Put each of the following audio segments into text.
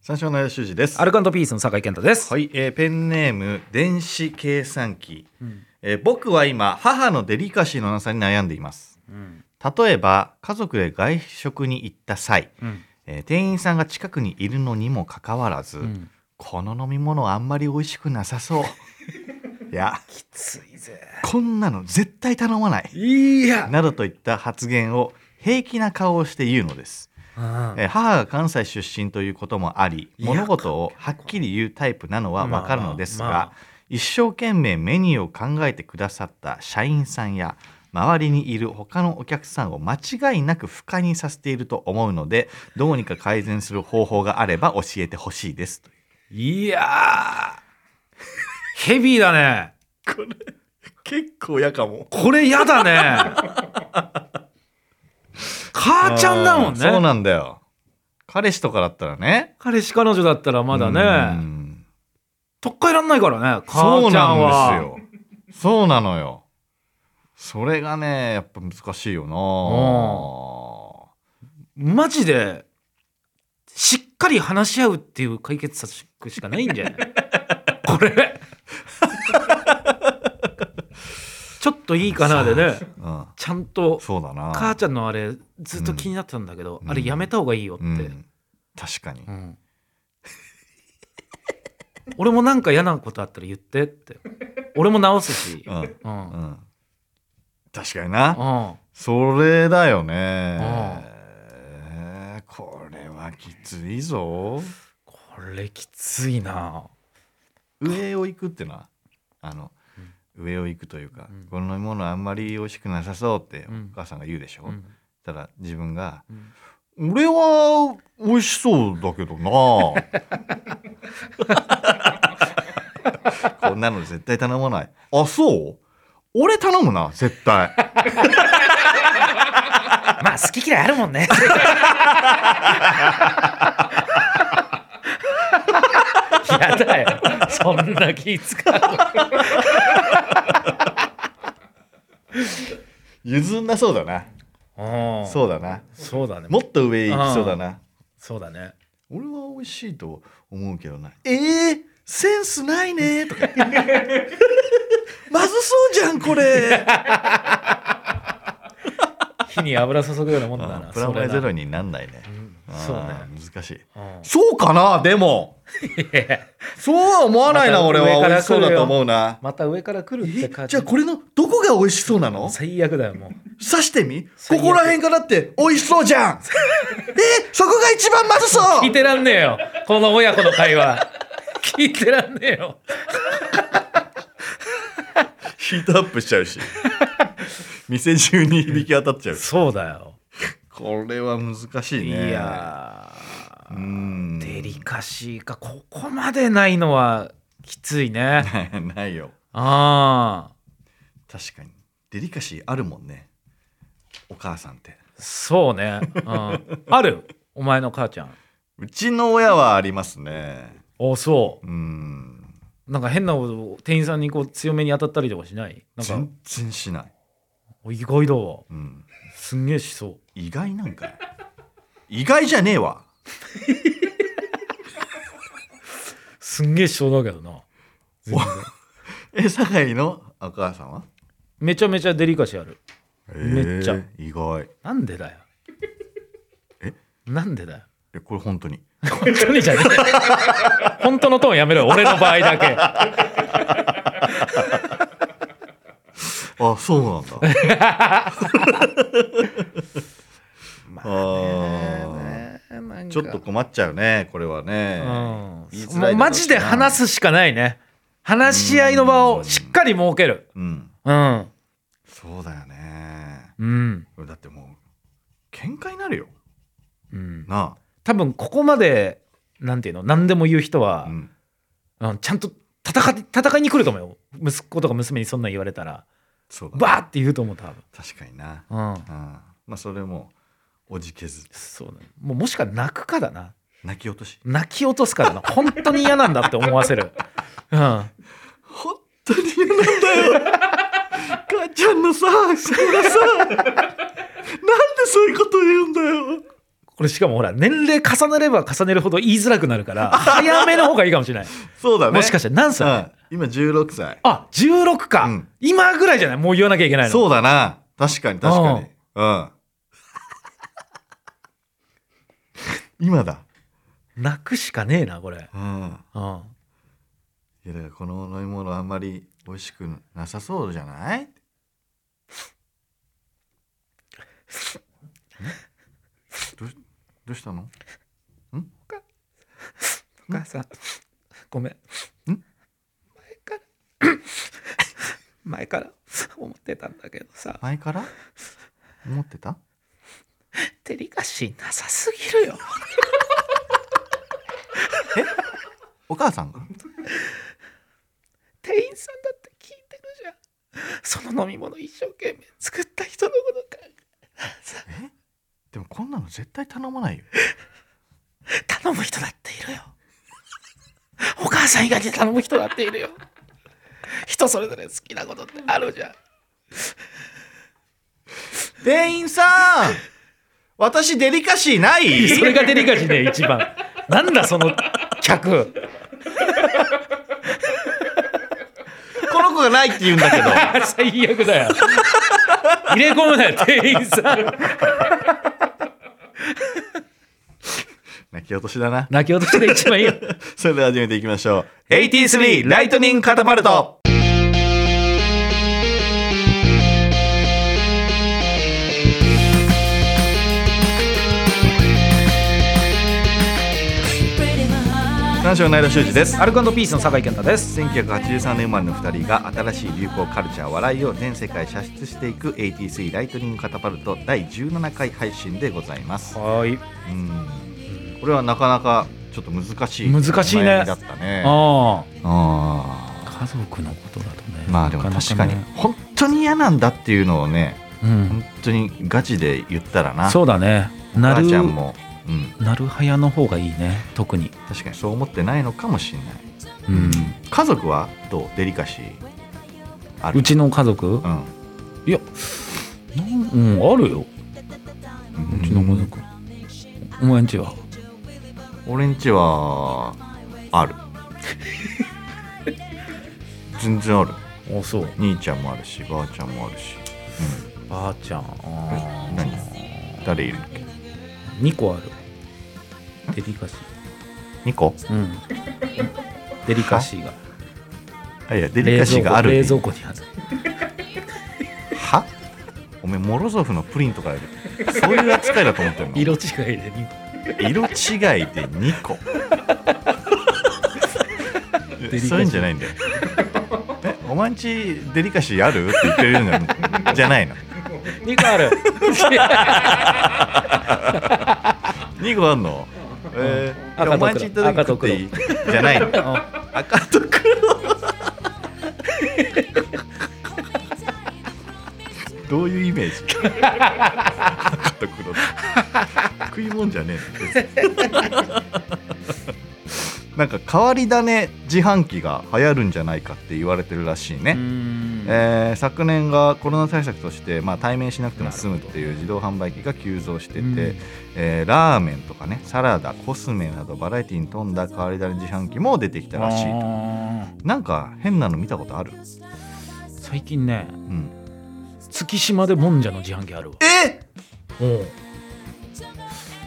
三照の矢修司ですアルカントピースの酒井健太です。はい、えーペンネーム電子計算機、んえー僕は今母のデリカシーのなさに悩んでいますうん例えば家族で外食に行った際、うんえー店員さんが近くにいるのにもかかわらず、うんこの飲み物あんまり美味しくなさそう いやきついぜ。こんなの絶対頼まないいや。などといった発言を平気な顔をして言うのです、うんえー母が関西出身ということもありいや物事をはっきり言うタイプなのはわかるのですが、まあまあ一生懸命メニューを考えてくださった社員さんや周りにいる他のお客さんを間違いなく不快にさせていると思うのでどうにか改善する方法があれば教えてほしいですといういやー。ヘビーだね。結構やかもこれやだね。母ちゃんだもんね。そうなんだよ彼氏とかだったらね彼氏彼女だったらまだうね。んとっかえらんないからね。そ母うちゃなんは。んですよ。そうなのよ。それがね、やっぱ難しいよな。マジで。しっかり話し合うっていう解決策しかないんじゃない これちょっといいかなでねうん、ちゃんとそうだな。母ちゃんのあれずっと気になってたんだけど、うんあれやめた方がいいよって、ううんん、確かに。俺もなんか嫌なことあったら言ってって俺も直すし、うん、うん、うんうん確かにな。それだよね。これはきついぞ。これきついな上を行くってな。あの。上を行くというか、うんこの飲み物あんまり美味しくなさそうってうんお母さんが言うでしょ、うんただ自分がうん俺は美味しそうだけど なこんなの絶対頼まないあそう俺頼むな絶対まあ好き嫌いあるもんねやだよそんな気使う譲んなそうだな、うんそうだなそうだねもっと上行きそうだなそうだね俺は美味しいと思うけどなえー、センスないねと かまずそうじゃんこれ 火に油注ぐようなもんだなプラマイゼロにになんないねそうねあー難しいうんそうかなでもそうは思わないな、また俺は上か美ら味しそうだと思うなまた上から来るってえ感じゃあこれのどこが美味しそうなの最悪だよもう刺してみこ最悪こら辺がだって美味しそうじゃんえそこが一番まずそう 聞いてらんねえよこの親子の会話 聞いてらんねえよヒートアップしちゃう し店中に響き渡っちゃうそうだよこれは難しいいねやうーんデリカシーかここまでないのはきついね ないよああ確かにデリカシーあるもんねお母さんってそうね、うん、 あるお前の母ちゃんうちの親はありますねおそうんうなんか変なことを店員さんにこう強めに当たったりとかしないなんか全然しない、お意外だわうん、すんげえしそう意外なんかよ意外じゃねえわすんげえしそうだけどな全然え酒井のお母さんはめちゃめちゃデリカシーあるめっちゃえー意外なんでだよ えなんでだよえこれ本当に本当にじゃねえ本当のトーンやめろよ俺の場合だけあそうなんだ まあねなんかちょっと困っちゃうねこれはね言いうんづもらいだろうしうなマジで話すしかないね話し合いの場をしっかり設けるうんうんそうだよねうん、だってもう喧嘩になるようん、な多分ここまでなんていうの何でも言う人あ、はう、ん、うん、ちゃんと戦って戦いに来ると思うよ息子とか娘にそんなん言われたらそうだねバーって言うと思う多確かにな、分うんうん、まあそれもおじけずそうだねもうもしか泣くかだな泣き落とし泣き落とすからな本当に嫌なんだって思わせるうん本当に嫌なんだよ 母ちゃんのさそれがさなんでそういうこと言うんだよこれしかもほら年齢重ねれば重ねるほど言いづらくなるから 早めの方がいいかもしれ ないそうだねもしかして何歳、うん、今16歳あ16か、うん今ぐらいじゃないもう言わなきゃいけないのそうだな確かに確かにうん今だ泣くしかねえなこれ、うんういん、やだからこの飲み物あんまり美味しくなさそうじゃ ないどうしどうしたのお母さんごめんん前から前から思ってたんだけどさ前から思ってた照りがしなさすぎるよお母さんが店員さんだって聞いてるじゃんその飲み物一生懸命作った人のこと考えでもこんなの絶対頼まないよえ頼む人だっているよお母さん以外に頼む人だっているよ人それぞれ好きなことってあるじゃん店員さん私デリカシーないそれがデリカシーね一番なんだその客この子がないって言うんだけど最悪だよ入れ込むなよ店員さん 泣き落としだな泣き落としが一番いいよ それでは始めていきましょう83ライトニングカタパルト男子は内田修司ですアルコピースの酒井健太です1983年生まれの2人が新しい流行カルチャー笑いを全世界へ射出していく83ライトニングカタパルト第17回配信でございますはいうんこれはなかなかちょっと難しい難しいねお悩みだったねあああ家族のことだとねーまあでも確かに本当に嫌なんだっていうのをねうん本当にガチで言ったらなそうだねおな母るちゃんも、うん、なるはやの方がいいね特に確かにそう思ってないのかもしれないうん家族はどうデリカシーあるうちの家族うんいやなんうんあるようちの家族お前んちは俺んちはある全然あるあそう兄ちゃんもあるしばあちゃんもあるし、ばあちゃんあえうん、誰いるっけ2個あるデリカシ2個ーうんデリカシーがあいやデリカシーがある冷蔵庫冷蔵庫にあるはおめえモロゾフのプリンとかよりそういう扱いだと思ってるの色違 いで2個色違いで2個 デリカシーそういうんじゃない んだよえお前んちデリカシーあるって言ってるんじゃじゃないの2個ある2個あんのえー赤と黒お前んち行った時食っていいじゃない の赤と黒どういうイメージ赤と黒食い物じゃねえのなんか変わり種自販機が流行るんじゃないかって言われてるらしいね、 うんえー昨年がコロナ対策として、まあ、対面しなくても済むっていう自動販売機が急増してて、うんえーラーメンとかねサラダコスメなどバラエティに富んだ変わり種自販機も出てきたらしいあとーなんか変なの見たことある、最近ねうん、月島でもんじゃの自販機あるわえ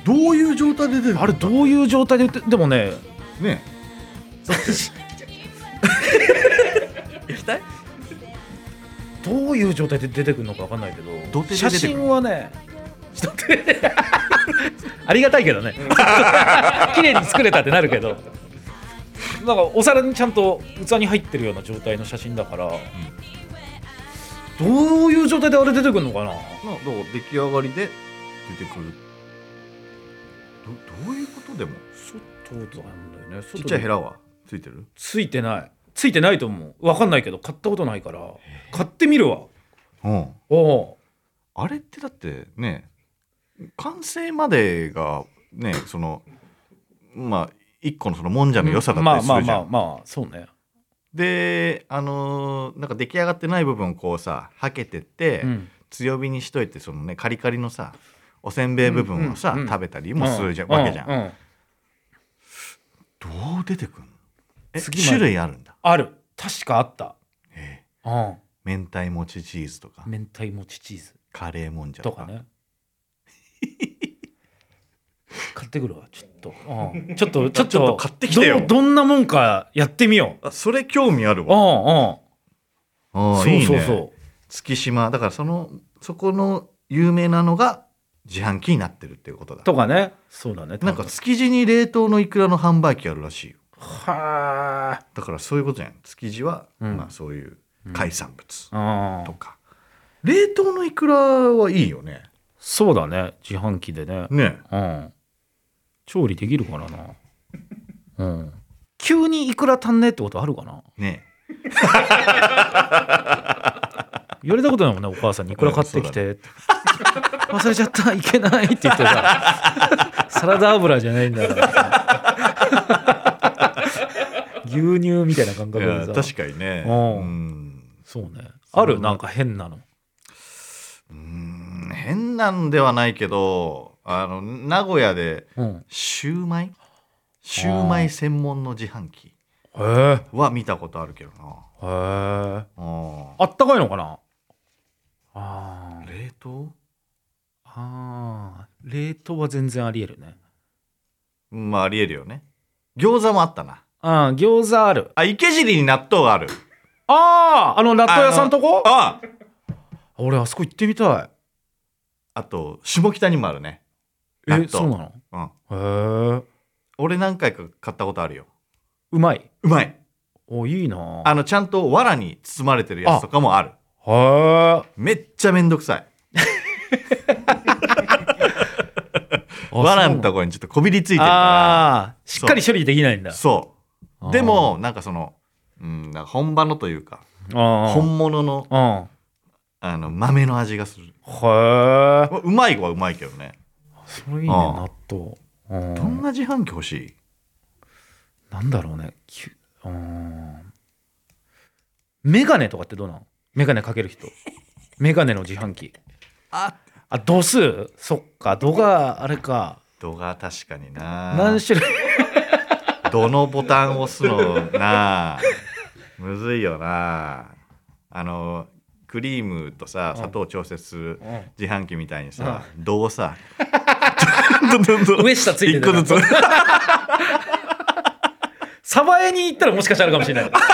どういう状態で出あれどういう状態で売ってでもねねどういう状態で出てくるのか分かんないけどどうやって出てくる写真はね 人ってありがたいけどね 綺麗に作れたってなるけどなんかお皿にちゃんと器に入ってるような状態の写真だから、どういう状態であれ出てくるのかなまあだから出来上がりで出てくるどどういうことでも外なんだよねちっちゃいヘララはついてるついてないついてないと思う分かんないけど買ったことないから買ってみるわうんおおあれってだってね完成までがねそのまあ一個のそのもんじゃの良さだったりするじゃん、まあまあまあまあそうねであのーなんか出来上がってない部分をこうさはけてって、うん強火にしといてそのねカリカリのさおせんべい部分をさ、うんうん食べたりもするじゃ、わけじゃん、うんうんどう出てくんのえ次まで種類あるんだある確かあった、えうん、明太もちチーズとか明太もちチーズカレーもんじゃととかかね買ってくるわちょっと、うん、ちょっとちょっ とちょっと買ってきてよどどんなもんかやってみようあそれ興味あるうわあんうんーいいねそうそうそう月島だからそのそこの有名なのが自販機になってるっていうことだとかねそうだねなんか築地に冷凍のイクラの販売機あるらしいよはだからそういうことじゃん築地は、うんまあ、そういう海産物あとか、冷凍のイクラはいいよねそうだね自販機でねねうん調理できるからな うん急にいくら足んねえってことあるかなね言われたことないもんねお母さんにいくら買ってきて、 忘れちゃったいけないって言ってさ サラダ油じゃないんだから牛乳みたいな感い覚やでさ確かにねうんうんそうねあるなんか変なのうーん変なんではないけどあの名古屋でうんシューマイシューマイ専門の自販機へえは見たことあるけどなへえああったかいのかなあー冷凍あー冷凍は全然ありえるねうんまあありえるよね餃子もあったなああ餃子あるあ池尻に納豆があるあああの納豆屋さんとこあ俺あそこ行ってみたいあと下北にもあるね納え豆そうなうんのへえ俺何回か買ったことあるようまいうまいおいいなあのちゃんと藁に包まれてるやつとかもあるへめっちゃめんどくさいえ藁のとこにちょっとこびりついてるかああーしっかり処理できないんだらそうあーでもなんかその、うん、なんか本場のというかあー本物のうんあの豆の味がするへえまあうまいはうまいけどねそれいいねあ納豆うんどんな自販機欲しいなんだろうねきゅうんメガネとかってどうなのメガネか ける人メガネの自販機ああ度数そっか度があれか度が確かにな何種類どのボタンを押すのなあむずいよなあのクリームとさうん砂糖調節するうん自販機みたいにさ度をさどんどんどんどん 上下ついて一個るずつサバエに行ったらもしかしたらあるかもしれない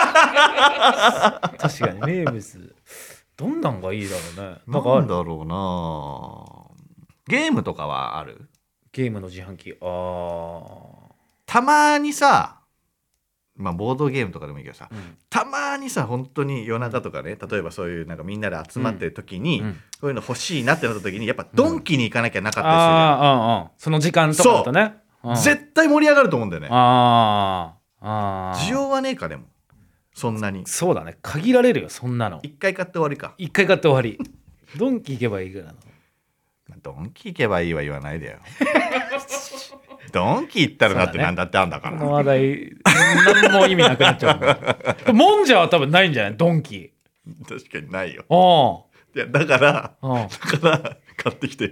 確かに名物どんなんがいいだろうねなんかなあんるだろうなゲームとかはあるゲームの自販機あたまにさまあボードゲームとかでもいいけどさー、うんたまにさ本当に夜中とかね例えばそういうなんかみんなで集まってる時に、うんそういうの欲しいなってなった時にやっぱドンキに行かなきゃなかったあーうんうんその時間とかだとねうんりする、絶対盛り上がると思うんだよねあーあー需要はねえかでもそんなにそうだね限られるよそんなの一回買って終わりか一回買って終わ りドンキ行けばいいからなまあドンキ行けばいいは言わない でよドンキ行ったらだってそうだね何だってあんだかこらの話題何も意味なくなっちゃ うもんもんじゃは多分ないんじゃないドンキ確かにないよあいやだからああだから買ってきて よ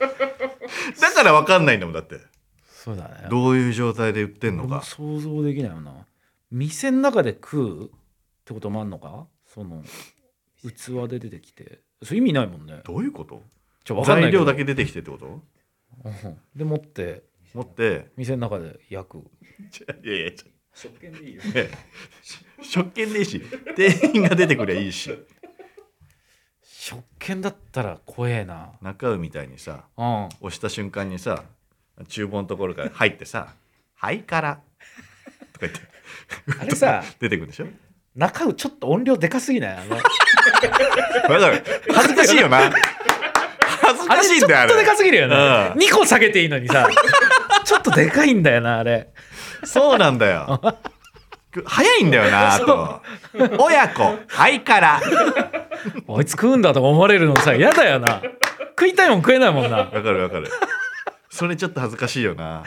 だから分かんないんだもんだってそうだねどういう状態で売ってんの俺もか想像できないよな店の中で食うってこともあんのかその器で出てきてそれ意味ないもんねどういうことちょわかんな材いけど料だけ出てきてってことうんで持って持って店の中で焼くいやいや食券でいいよ食券でいいし店員が出てくりゃいいし食券だったら怖えな中尾みたいにさ うん押した瞬間にさ厨房のところから入ってさ 「はいから」とか言ってあれさ出てくるでしょ中尾ちょっと音量でかすぎないあのわかる恥ずかしいよな恥ずあかれしいちょんっだよあとでかれすぎるよねうん2個下げていいのにさちょっとでかいんだよなあれそうなんだよ早いんだよなあと親子はいからあいつ食うんだとか思われるのさ嫌だよな食いたいもん食えないもんなわかるわかる。それちょっと恥ずかしいよな。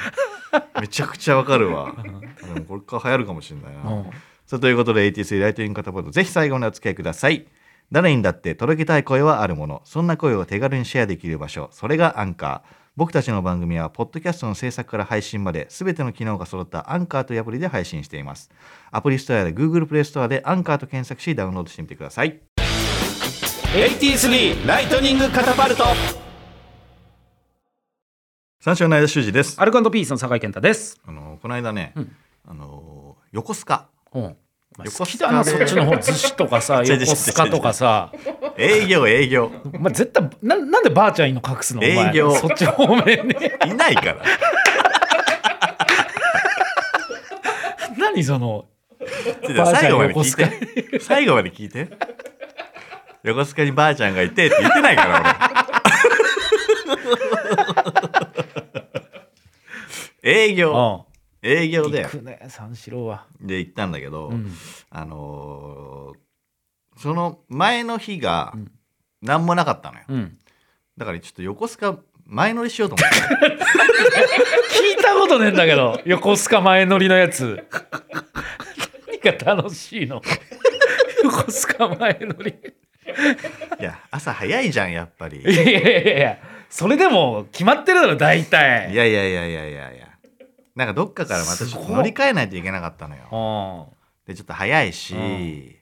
めちゃくちゃわかるわ。でもこれから流行るかもしれないな。うんさあということで ATC ライトニングカタパルトぜひ最後までお付き合いください。誰にだって届けたい声はあるものそんな声を手軽にシェアできる場所それがアンカー僕たちの番組はポッドキャストの制作から配信まで全ての機能が揃ったアンカーというアプリで配信していますアプリストアや Google プレイストアでアンカーと検索しダウンロードしてみてください83ライトニングカタパルト三章の間修司ですアルコピースの酒井健太です。あのこの間ね、あの横須賀うん。まあ横須賀好きだな、そっちの方、寿司とかさ、違う違う横須賀とかさ、営業営業お前絶対な、なんでばあちゃんいいの隠すのお前営業そっち方面ね。いないから 何その、ちょっばとあちゃ最ん後まで聞いて最後まで聞いて横須賀にばあちゃんがいてって言ってないから俺営うん。業行営業でくね、三四郎は。で行ったんだけど、うん。あのーその前の日がうん何もなかったのようん。だからちょっと横須賀前乗りしようと思って聞いたことねえんだけど、横須賀前乗りのやつ。何が楽しいの 横須賀前乗り。 いや朝早いじゃんやっぱりいやいやいやいや、それでも決まってるだろ、大体。いやいやいやいやいやいやなんかどっかからまたちょっと乗り換えないといけなかったのようん。でちょっと早いし、うん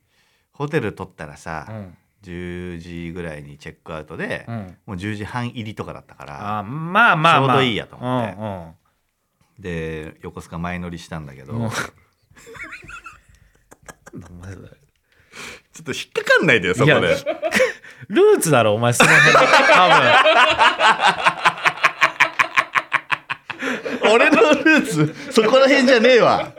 ホテル取ったらさ、うん。 10時ぐらいにチェックアウトで、うん。もう10時半入りとかだったからあまあまあまあちょうどいいやと思ってうんで横須賀前乗りしたんだけど、 うん ちょっと引っかかんないでよいやルーツだろお前その辺多俺のルーツそこら辺じゃねえわ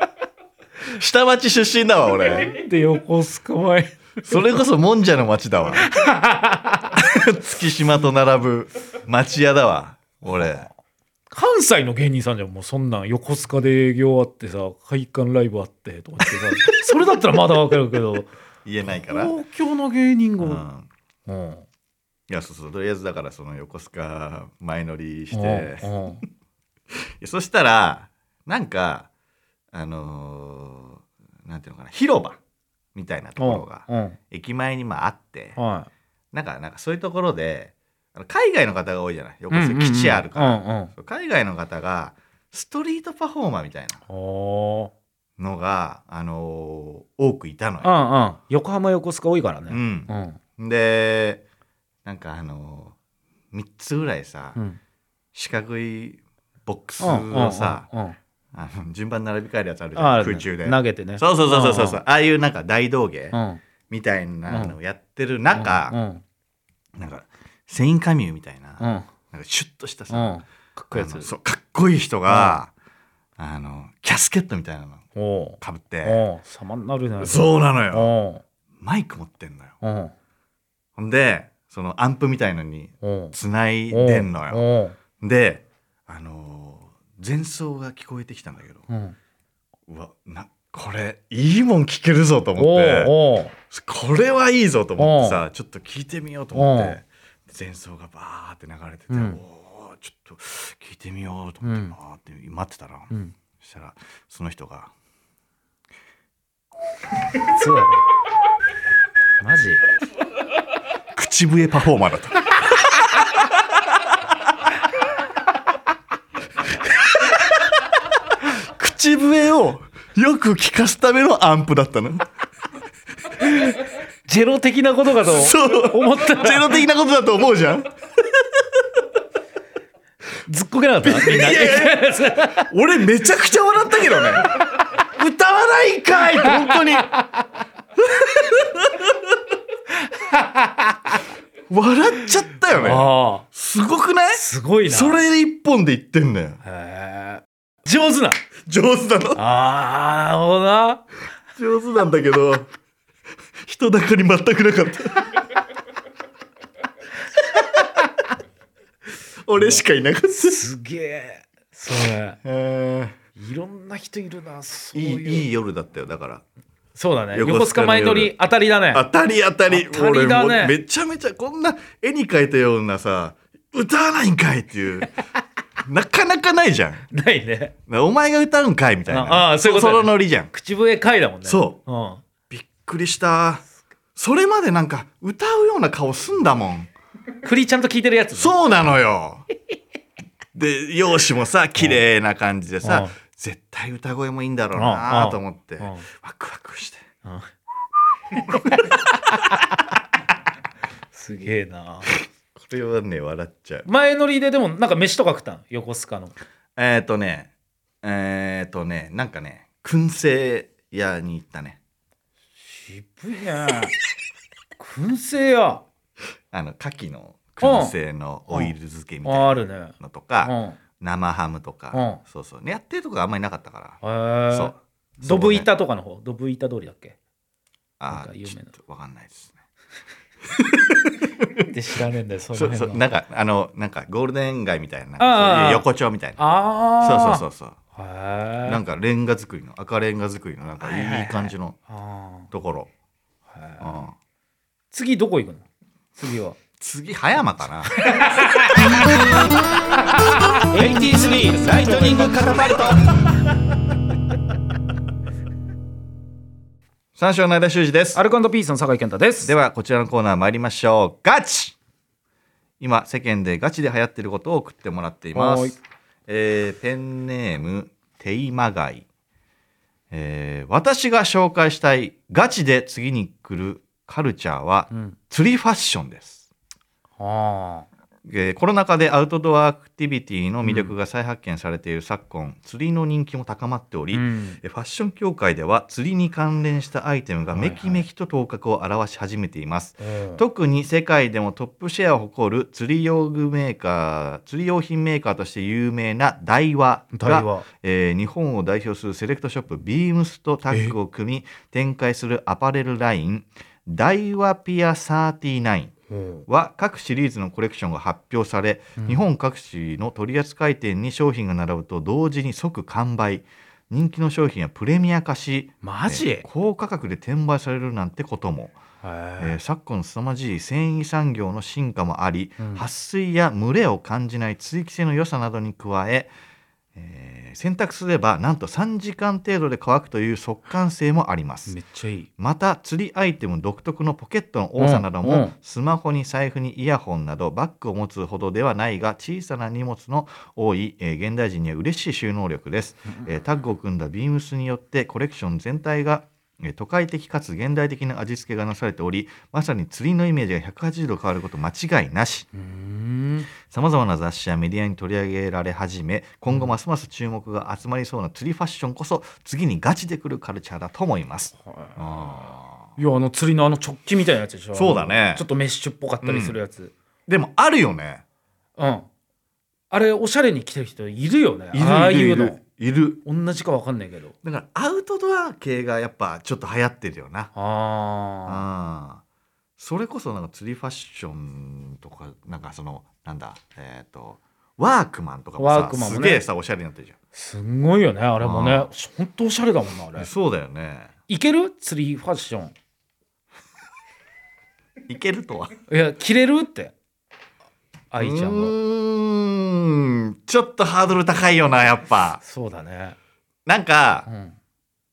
下町出身だわ俺分で横須賀前それこそもんじゃの町だ わ月島と並ぶ町屋だわ俺関西の芸人さんじゃんもうそんなん横須賀で営業あってさ会館ライブあってとかってさそれだったらまだわかるけど言えないから、東京の芸人うが、んうん、いやそうそうとりあえずだからその横須賀前乗りして、うんうんいやそしたらなんかあのーなんていうのかな広場みたいなところがうん駅前にまああってはなんかなんかそういうところであの海外の方が多いじゃないい横須賀基地あるから、うんうんそう海外の方がストリートパフォーマーみたいなおーのが、あのー多くいたのうよ。んうん横浜横須賀多いからねうんうん、でなんかあのー、3つぐらいさ、うん四角いボックスをさ、うんうんうんあの順番に並び替えるやつあるじゃあんるね空中で。投げてねそうそうそうそうそう、んああいうなんか大道芸うんみたいなのをやってる中、うんなんかセインカミューみたいな,、うんなんかシュッとしたさ、うんかっこいいやあのつそうかっこいい人が、あのキャスケットみたいなのおうかぶって、おう様になるねそうなのよおうマイク持ってんのよおうほんでそのアンプみたいのにおうつないでんのよよであのー前奏が聞こえてきたんだけどおううわなこれいいもん聞けるぞと思って。おうこれはいいぞと思ってさちょっと聞いてみようと思って前奏がバーって流れてて、うんおーちょっと聞いてみようと思ってバーって待ってたら、うんそしたらその人がそうだねマジ口笛パフォーマーだった。口笛をよく聞かすためのアンプだったの。ジェロ的なことかと そう。思ったジェらロ的なことだと思うじゃん。ずっこけなかったみんな俺めちゃくちゃ笑ったけどね歌わないんかいって本当に笑っちゃったよね ああすごくないすごいなそれ一本で言ってんだよへえ上手な上手なのああなるほどな上手なんだけど人だかり全くなかった 俺しかいなかったすげえそれえいろんな人いるなそーういいういいい夜だったよだからそうだね横須賀の横須賀前乗り当たりだね当たり当たり当たりだね俺もうめちゃめちゃこんな絵に描いたようなさ歌わないんかいっていう なかなかないじゃんないねお前が歌うんかいみたいなああそういうことだねそのノリじゃん口笛かいだもんね、そううん、びっくりしたそれまでなんか歌うような顔すんだもん栗ちゃんと聞いてるやつねそうなのよで容姿もさ綺麗な感じでうさん絶対歌声もいいんだろううんうなんと思ってうんワクワクしてうん すげえなこれはね笑っちゃう前乗りででもなんか飯とか食ったん横須賀のえっ、ー、とねえっ、ー、とねなんかね燻製屋に行ったね渋いね 燻製やあの牡蠣の燻製のオイル漬けみたいあなあるねのとうかんへ生ハムとかそうそうねやってるとこあんまりなかったかえらそうドそブこね板とかの方ドブ板通りだっけあなんかー有名ちょっなとわかんないですねで知らねえんだよそそうそうあなんかあのなんかゴールデン街みたいなあーそういう横丁みたいなあそうそううそうそうそうへえなんかレンガ作りの赤レンガ作りのなんかはいはいはいいい感じのあところ、ーへうえん、次どこ行くの次は次葉山かな 83ライトニングカタパルト三章の間修司ですアルコピースの酒井健太ですではこちらのコーナー参りましょうガチ今世間でガチで流行ってることを送ってもらっていまはーいす、えーペンネームテイマガイ、えー私が紹介したいガチで次に来るカルチャーはうん釣りファッションです、ああえーコロナ禍でアウトドアアクティビティの魅力が再発見されている昨今、釣りの人気も高まっており、うんえファッション協会では釣りに関連したアイテムがはいはいめきめきと頭角を現し始めています、うん特に世界でもトップシェアを誇る釣り用具メーカー釣り用品メーカーとして有名なダイワが大和えー日本を代表するセレクトショップビームスとタッグを組み展開するアパレルラインダイワピア39うんは各シリーズのコレクションが発表され、うん日本各地の取扱店に商品が並ぶと同時に即完売人気の商品はプレミア化しマジえー高価格で転売されるなんてことも、えーへ昨今の凄まじい繊維産業の進化もあり、うん撥水や蒸れを感じない通気性の良さなどに加ええー洗濯すればなんと3時間程度で乾くという速乾性もありますえめっちゃいいまた釣りアイテム独特のポケットの多さなども、うんうんスマホに財布にイヤホンなどバッグを持つほどではないが小さな荷物の多い、えー現代人には嬉しい収納力です、えータッグを組んだビームスによってコレクション全体がえー都会的かつ現代的な味付けがなされておりまさに釣りのイメージが180度変わること間違いなしうーんさまざまな雑誌やメディアに取り上げられ始め今後ますます注目が集まりそうな釣りファッションこそ次にガチでくるカルチャーだと思います。あーいやあの釣りのあの直帰みたいなやつでしょそうだねちょっとメッシュっぽかったりするやつでもあるよね。うん、あれおしゃれに着てる人いるよねいるああいいうのるいるいる。同じかわかんないけどだからアウトドア系がやっぱちょっと流行ってるよな。ああそれこそなんか釣りファッションとかなんかそのなんだえっ、とワークマンとかもさワークマンもすねげえさおしゃれになってるじーすんごいよねあれもねあ本当おしゃれだもんなゃあん。れそうだよね。いける釣りファッションいけるとは。いや着れるって愛ちゃうんがーんちょっとハードル高いよなやっぱ。そうだねなんうか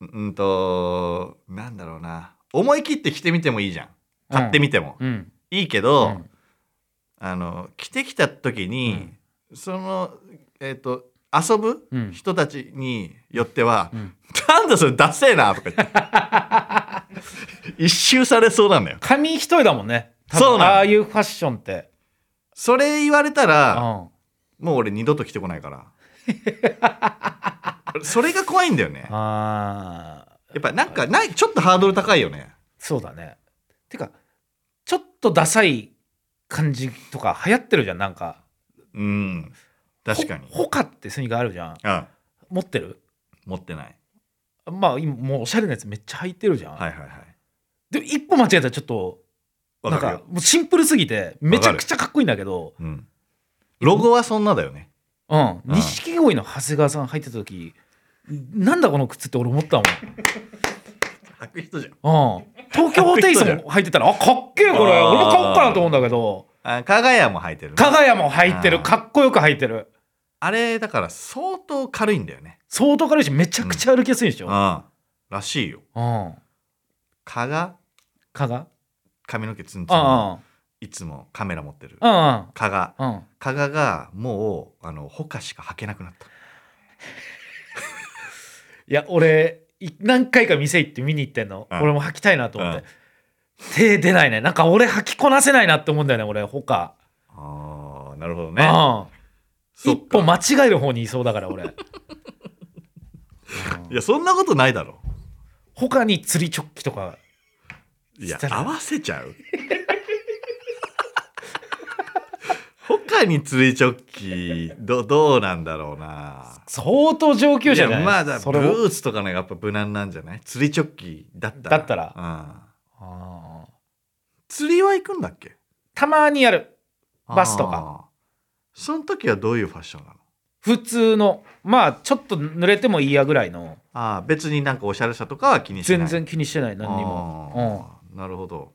んうんとなんだろうな思い切って着てみてもいいじゃん。買ってみても、うんいいけうど。んあの着てきた時に、そのえっ、と遊ぶうん人たちによっては「うんなんだそれダセえな」とか言って 一周されそうなんだよ紙一重だもんね多分そうなのああいうファッションってそれ言われたうらんもう俺二度と着てこないからそれが怖いんだよねやああっぱなんかないちょっとハードル高いよねそうだね。てかちょっとダサい感じとか流行ってるじゃんなんかうん確かにほホカってスニーカーあるじゃんあ持ってる持ってないまあ今もうおしゃれなやつめっちゃ履いてるじゃん、はいはいはいでも一歩間違えたらちょっとわなんかるかよもうシンプルすぎてめちゃくちゃかっこいいんだけどうん、ロゴはそんなだよねうんうん錦鯉の長谷川さん履いてた時なんだこの靴って俺思ったもん履く人じゃんうん、東京ホテイソンも履いてたらあかっけえこれあー俺も買おうかなと思うんだけどあ加賀屋も履いてるね加賀屋も履いてあるーかっこよく履いてるあれだから相当軽いんだよね。相当軽いしめちゃくちゃ歩きやすいでしょ、うん。らしいよ。うん、蚊が蚊が髪の毛ツンツンのあいつもカメラ持ってるああ加賀あうん加賀がもうあのほかしか履けなくなったいや俺い何回か店行って見に行ってんの、うん俺も履きたいなと思って、うん手出ないねなんか俺履きこなせないなって思うんだよね俺ほか、あーなるほどうねんそ一っか歩間違える方にいそう だから俺、うんいやそんなことないだろ他に釣りチョッキとかいやしたら合わせちゃう他に釣りチョッキどどうなんだろうな相当上級者じゃないいやまあだそブれもーツとかのがやっぱ無難なんじゃない釣りチョッキだったらだったらうん、あー釣りは行くんだっけたまにやるバスとかその時はどういうファッションなの普通のまあちょっと濡れてもいいやぐらいのああ別になんかおしゃれさとかは気にしない全然気にしてない何にも、あーなるほど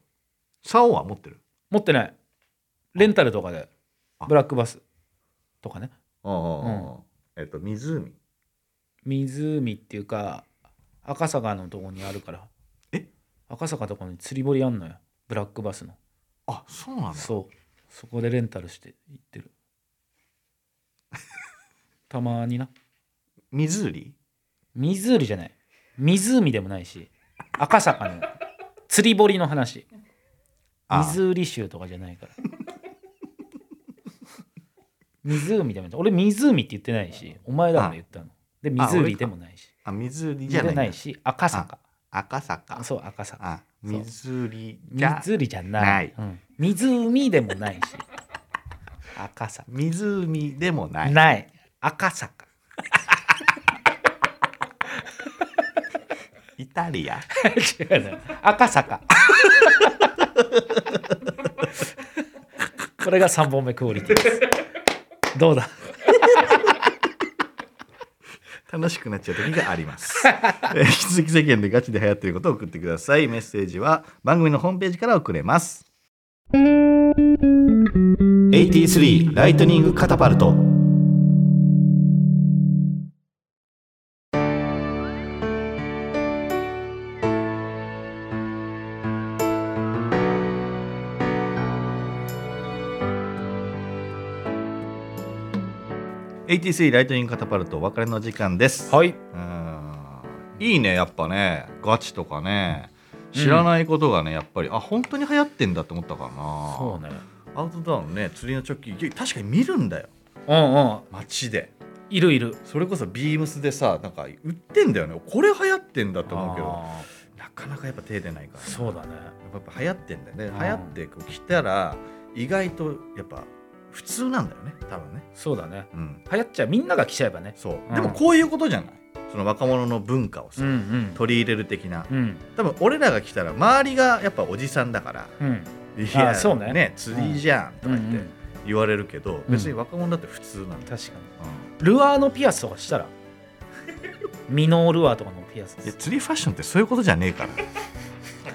竿は持ってるうん、持ってないレンタルとかであブラックバスとかねああえっと湖湖っていうか赤坂のとこにあるからえ赤坂とかに釣り堀あんのよブラックバスのあそうなんだそうそこでレンタルして行っ てるたまにな湖湖じゃない湖でもないし赤坂の釣り堀の話あーミズーリ州とかじゃないから湖でもない俺湖って言ってないしお前だから言ったのであ俺湖でもないしあ湖じでゃないないし赤坂赤坂そう赤坂あ湖じゃ湖じゃなないいうん湖でもないし赤坂湖でもない ない赤坂 イタリア違うね赤 坂これが3本目クオリティですどうだ楽しくなっちゃう時があります、 えー引き続き世間でガチで流行っていることを送ってくださいメッセージは番組のホームページから送れます83ライトニングカタパルト83ライトニングカタパルトお別れの時間ですはい、うんいいねやっぱねガチとかね知らないことがね、やっぱりあ本当に流行ってんだって思ったからなそうねアウトドアのね釣りのチョッキ確かに見るんだようんうん街でいるいるそれこそビームスでさなんか売ってんだよねこれ流行ってんだと思うけどあなかなかやっぱ手出ないかーらそうだねやっぱ流行ってんだよねん流行ってこう来たら意外とやっぱ普通なんだよね多分ねそうだねうん流行っちゃうみんなが来ちゃえばねそう、うんでもこういうことじゃないその若者の文化をさ、ん取り入れる的なうんうん多分俺らが来たら周りがやっぱおじさんだからうん「いあそうね釣りじゃん」とか言っうてん言われるけど、別に若者だって普通なんだよ、確かにうんルアーのピアスとかした らミノールアーとかのピアスいや釣りファッションってそういうことじゃねえ から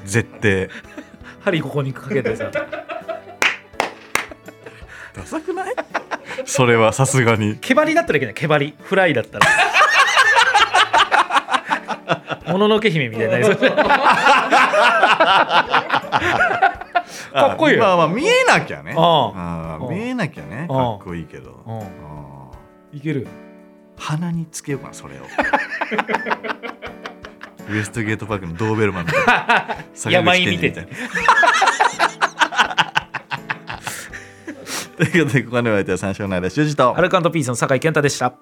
絶対針ここにかけてさダサくないそれはさすがに毛針だったらいけない毛針フライだ ったらもののけ姫みたいになりそうじゃん かっこいいよまあまあ見えなきゃねあうん見えなきゃねうんかっこいいけど、うんうんいける鼻につけようかなそれを ウエストゲートパークのドーベルマンみたいな山犬見て坂口健二みたいな ということでここまでのお相手は三四郎の間修二とアルカントピースの酒井健太でした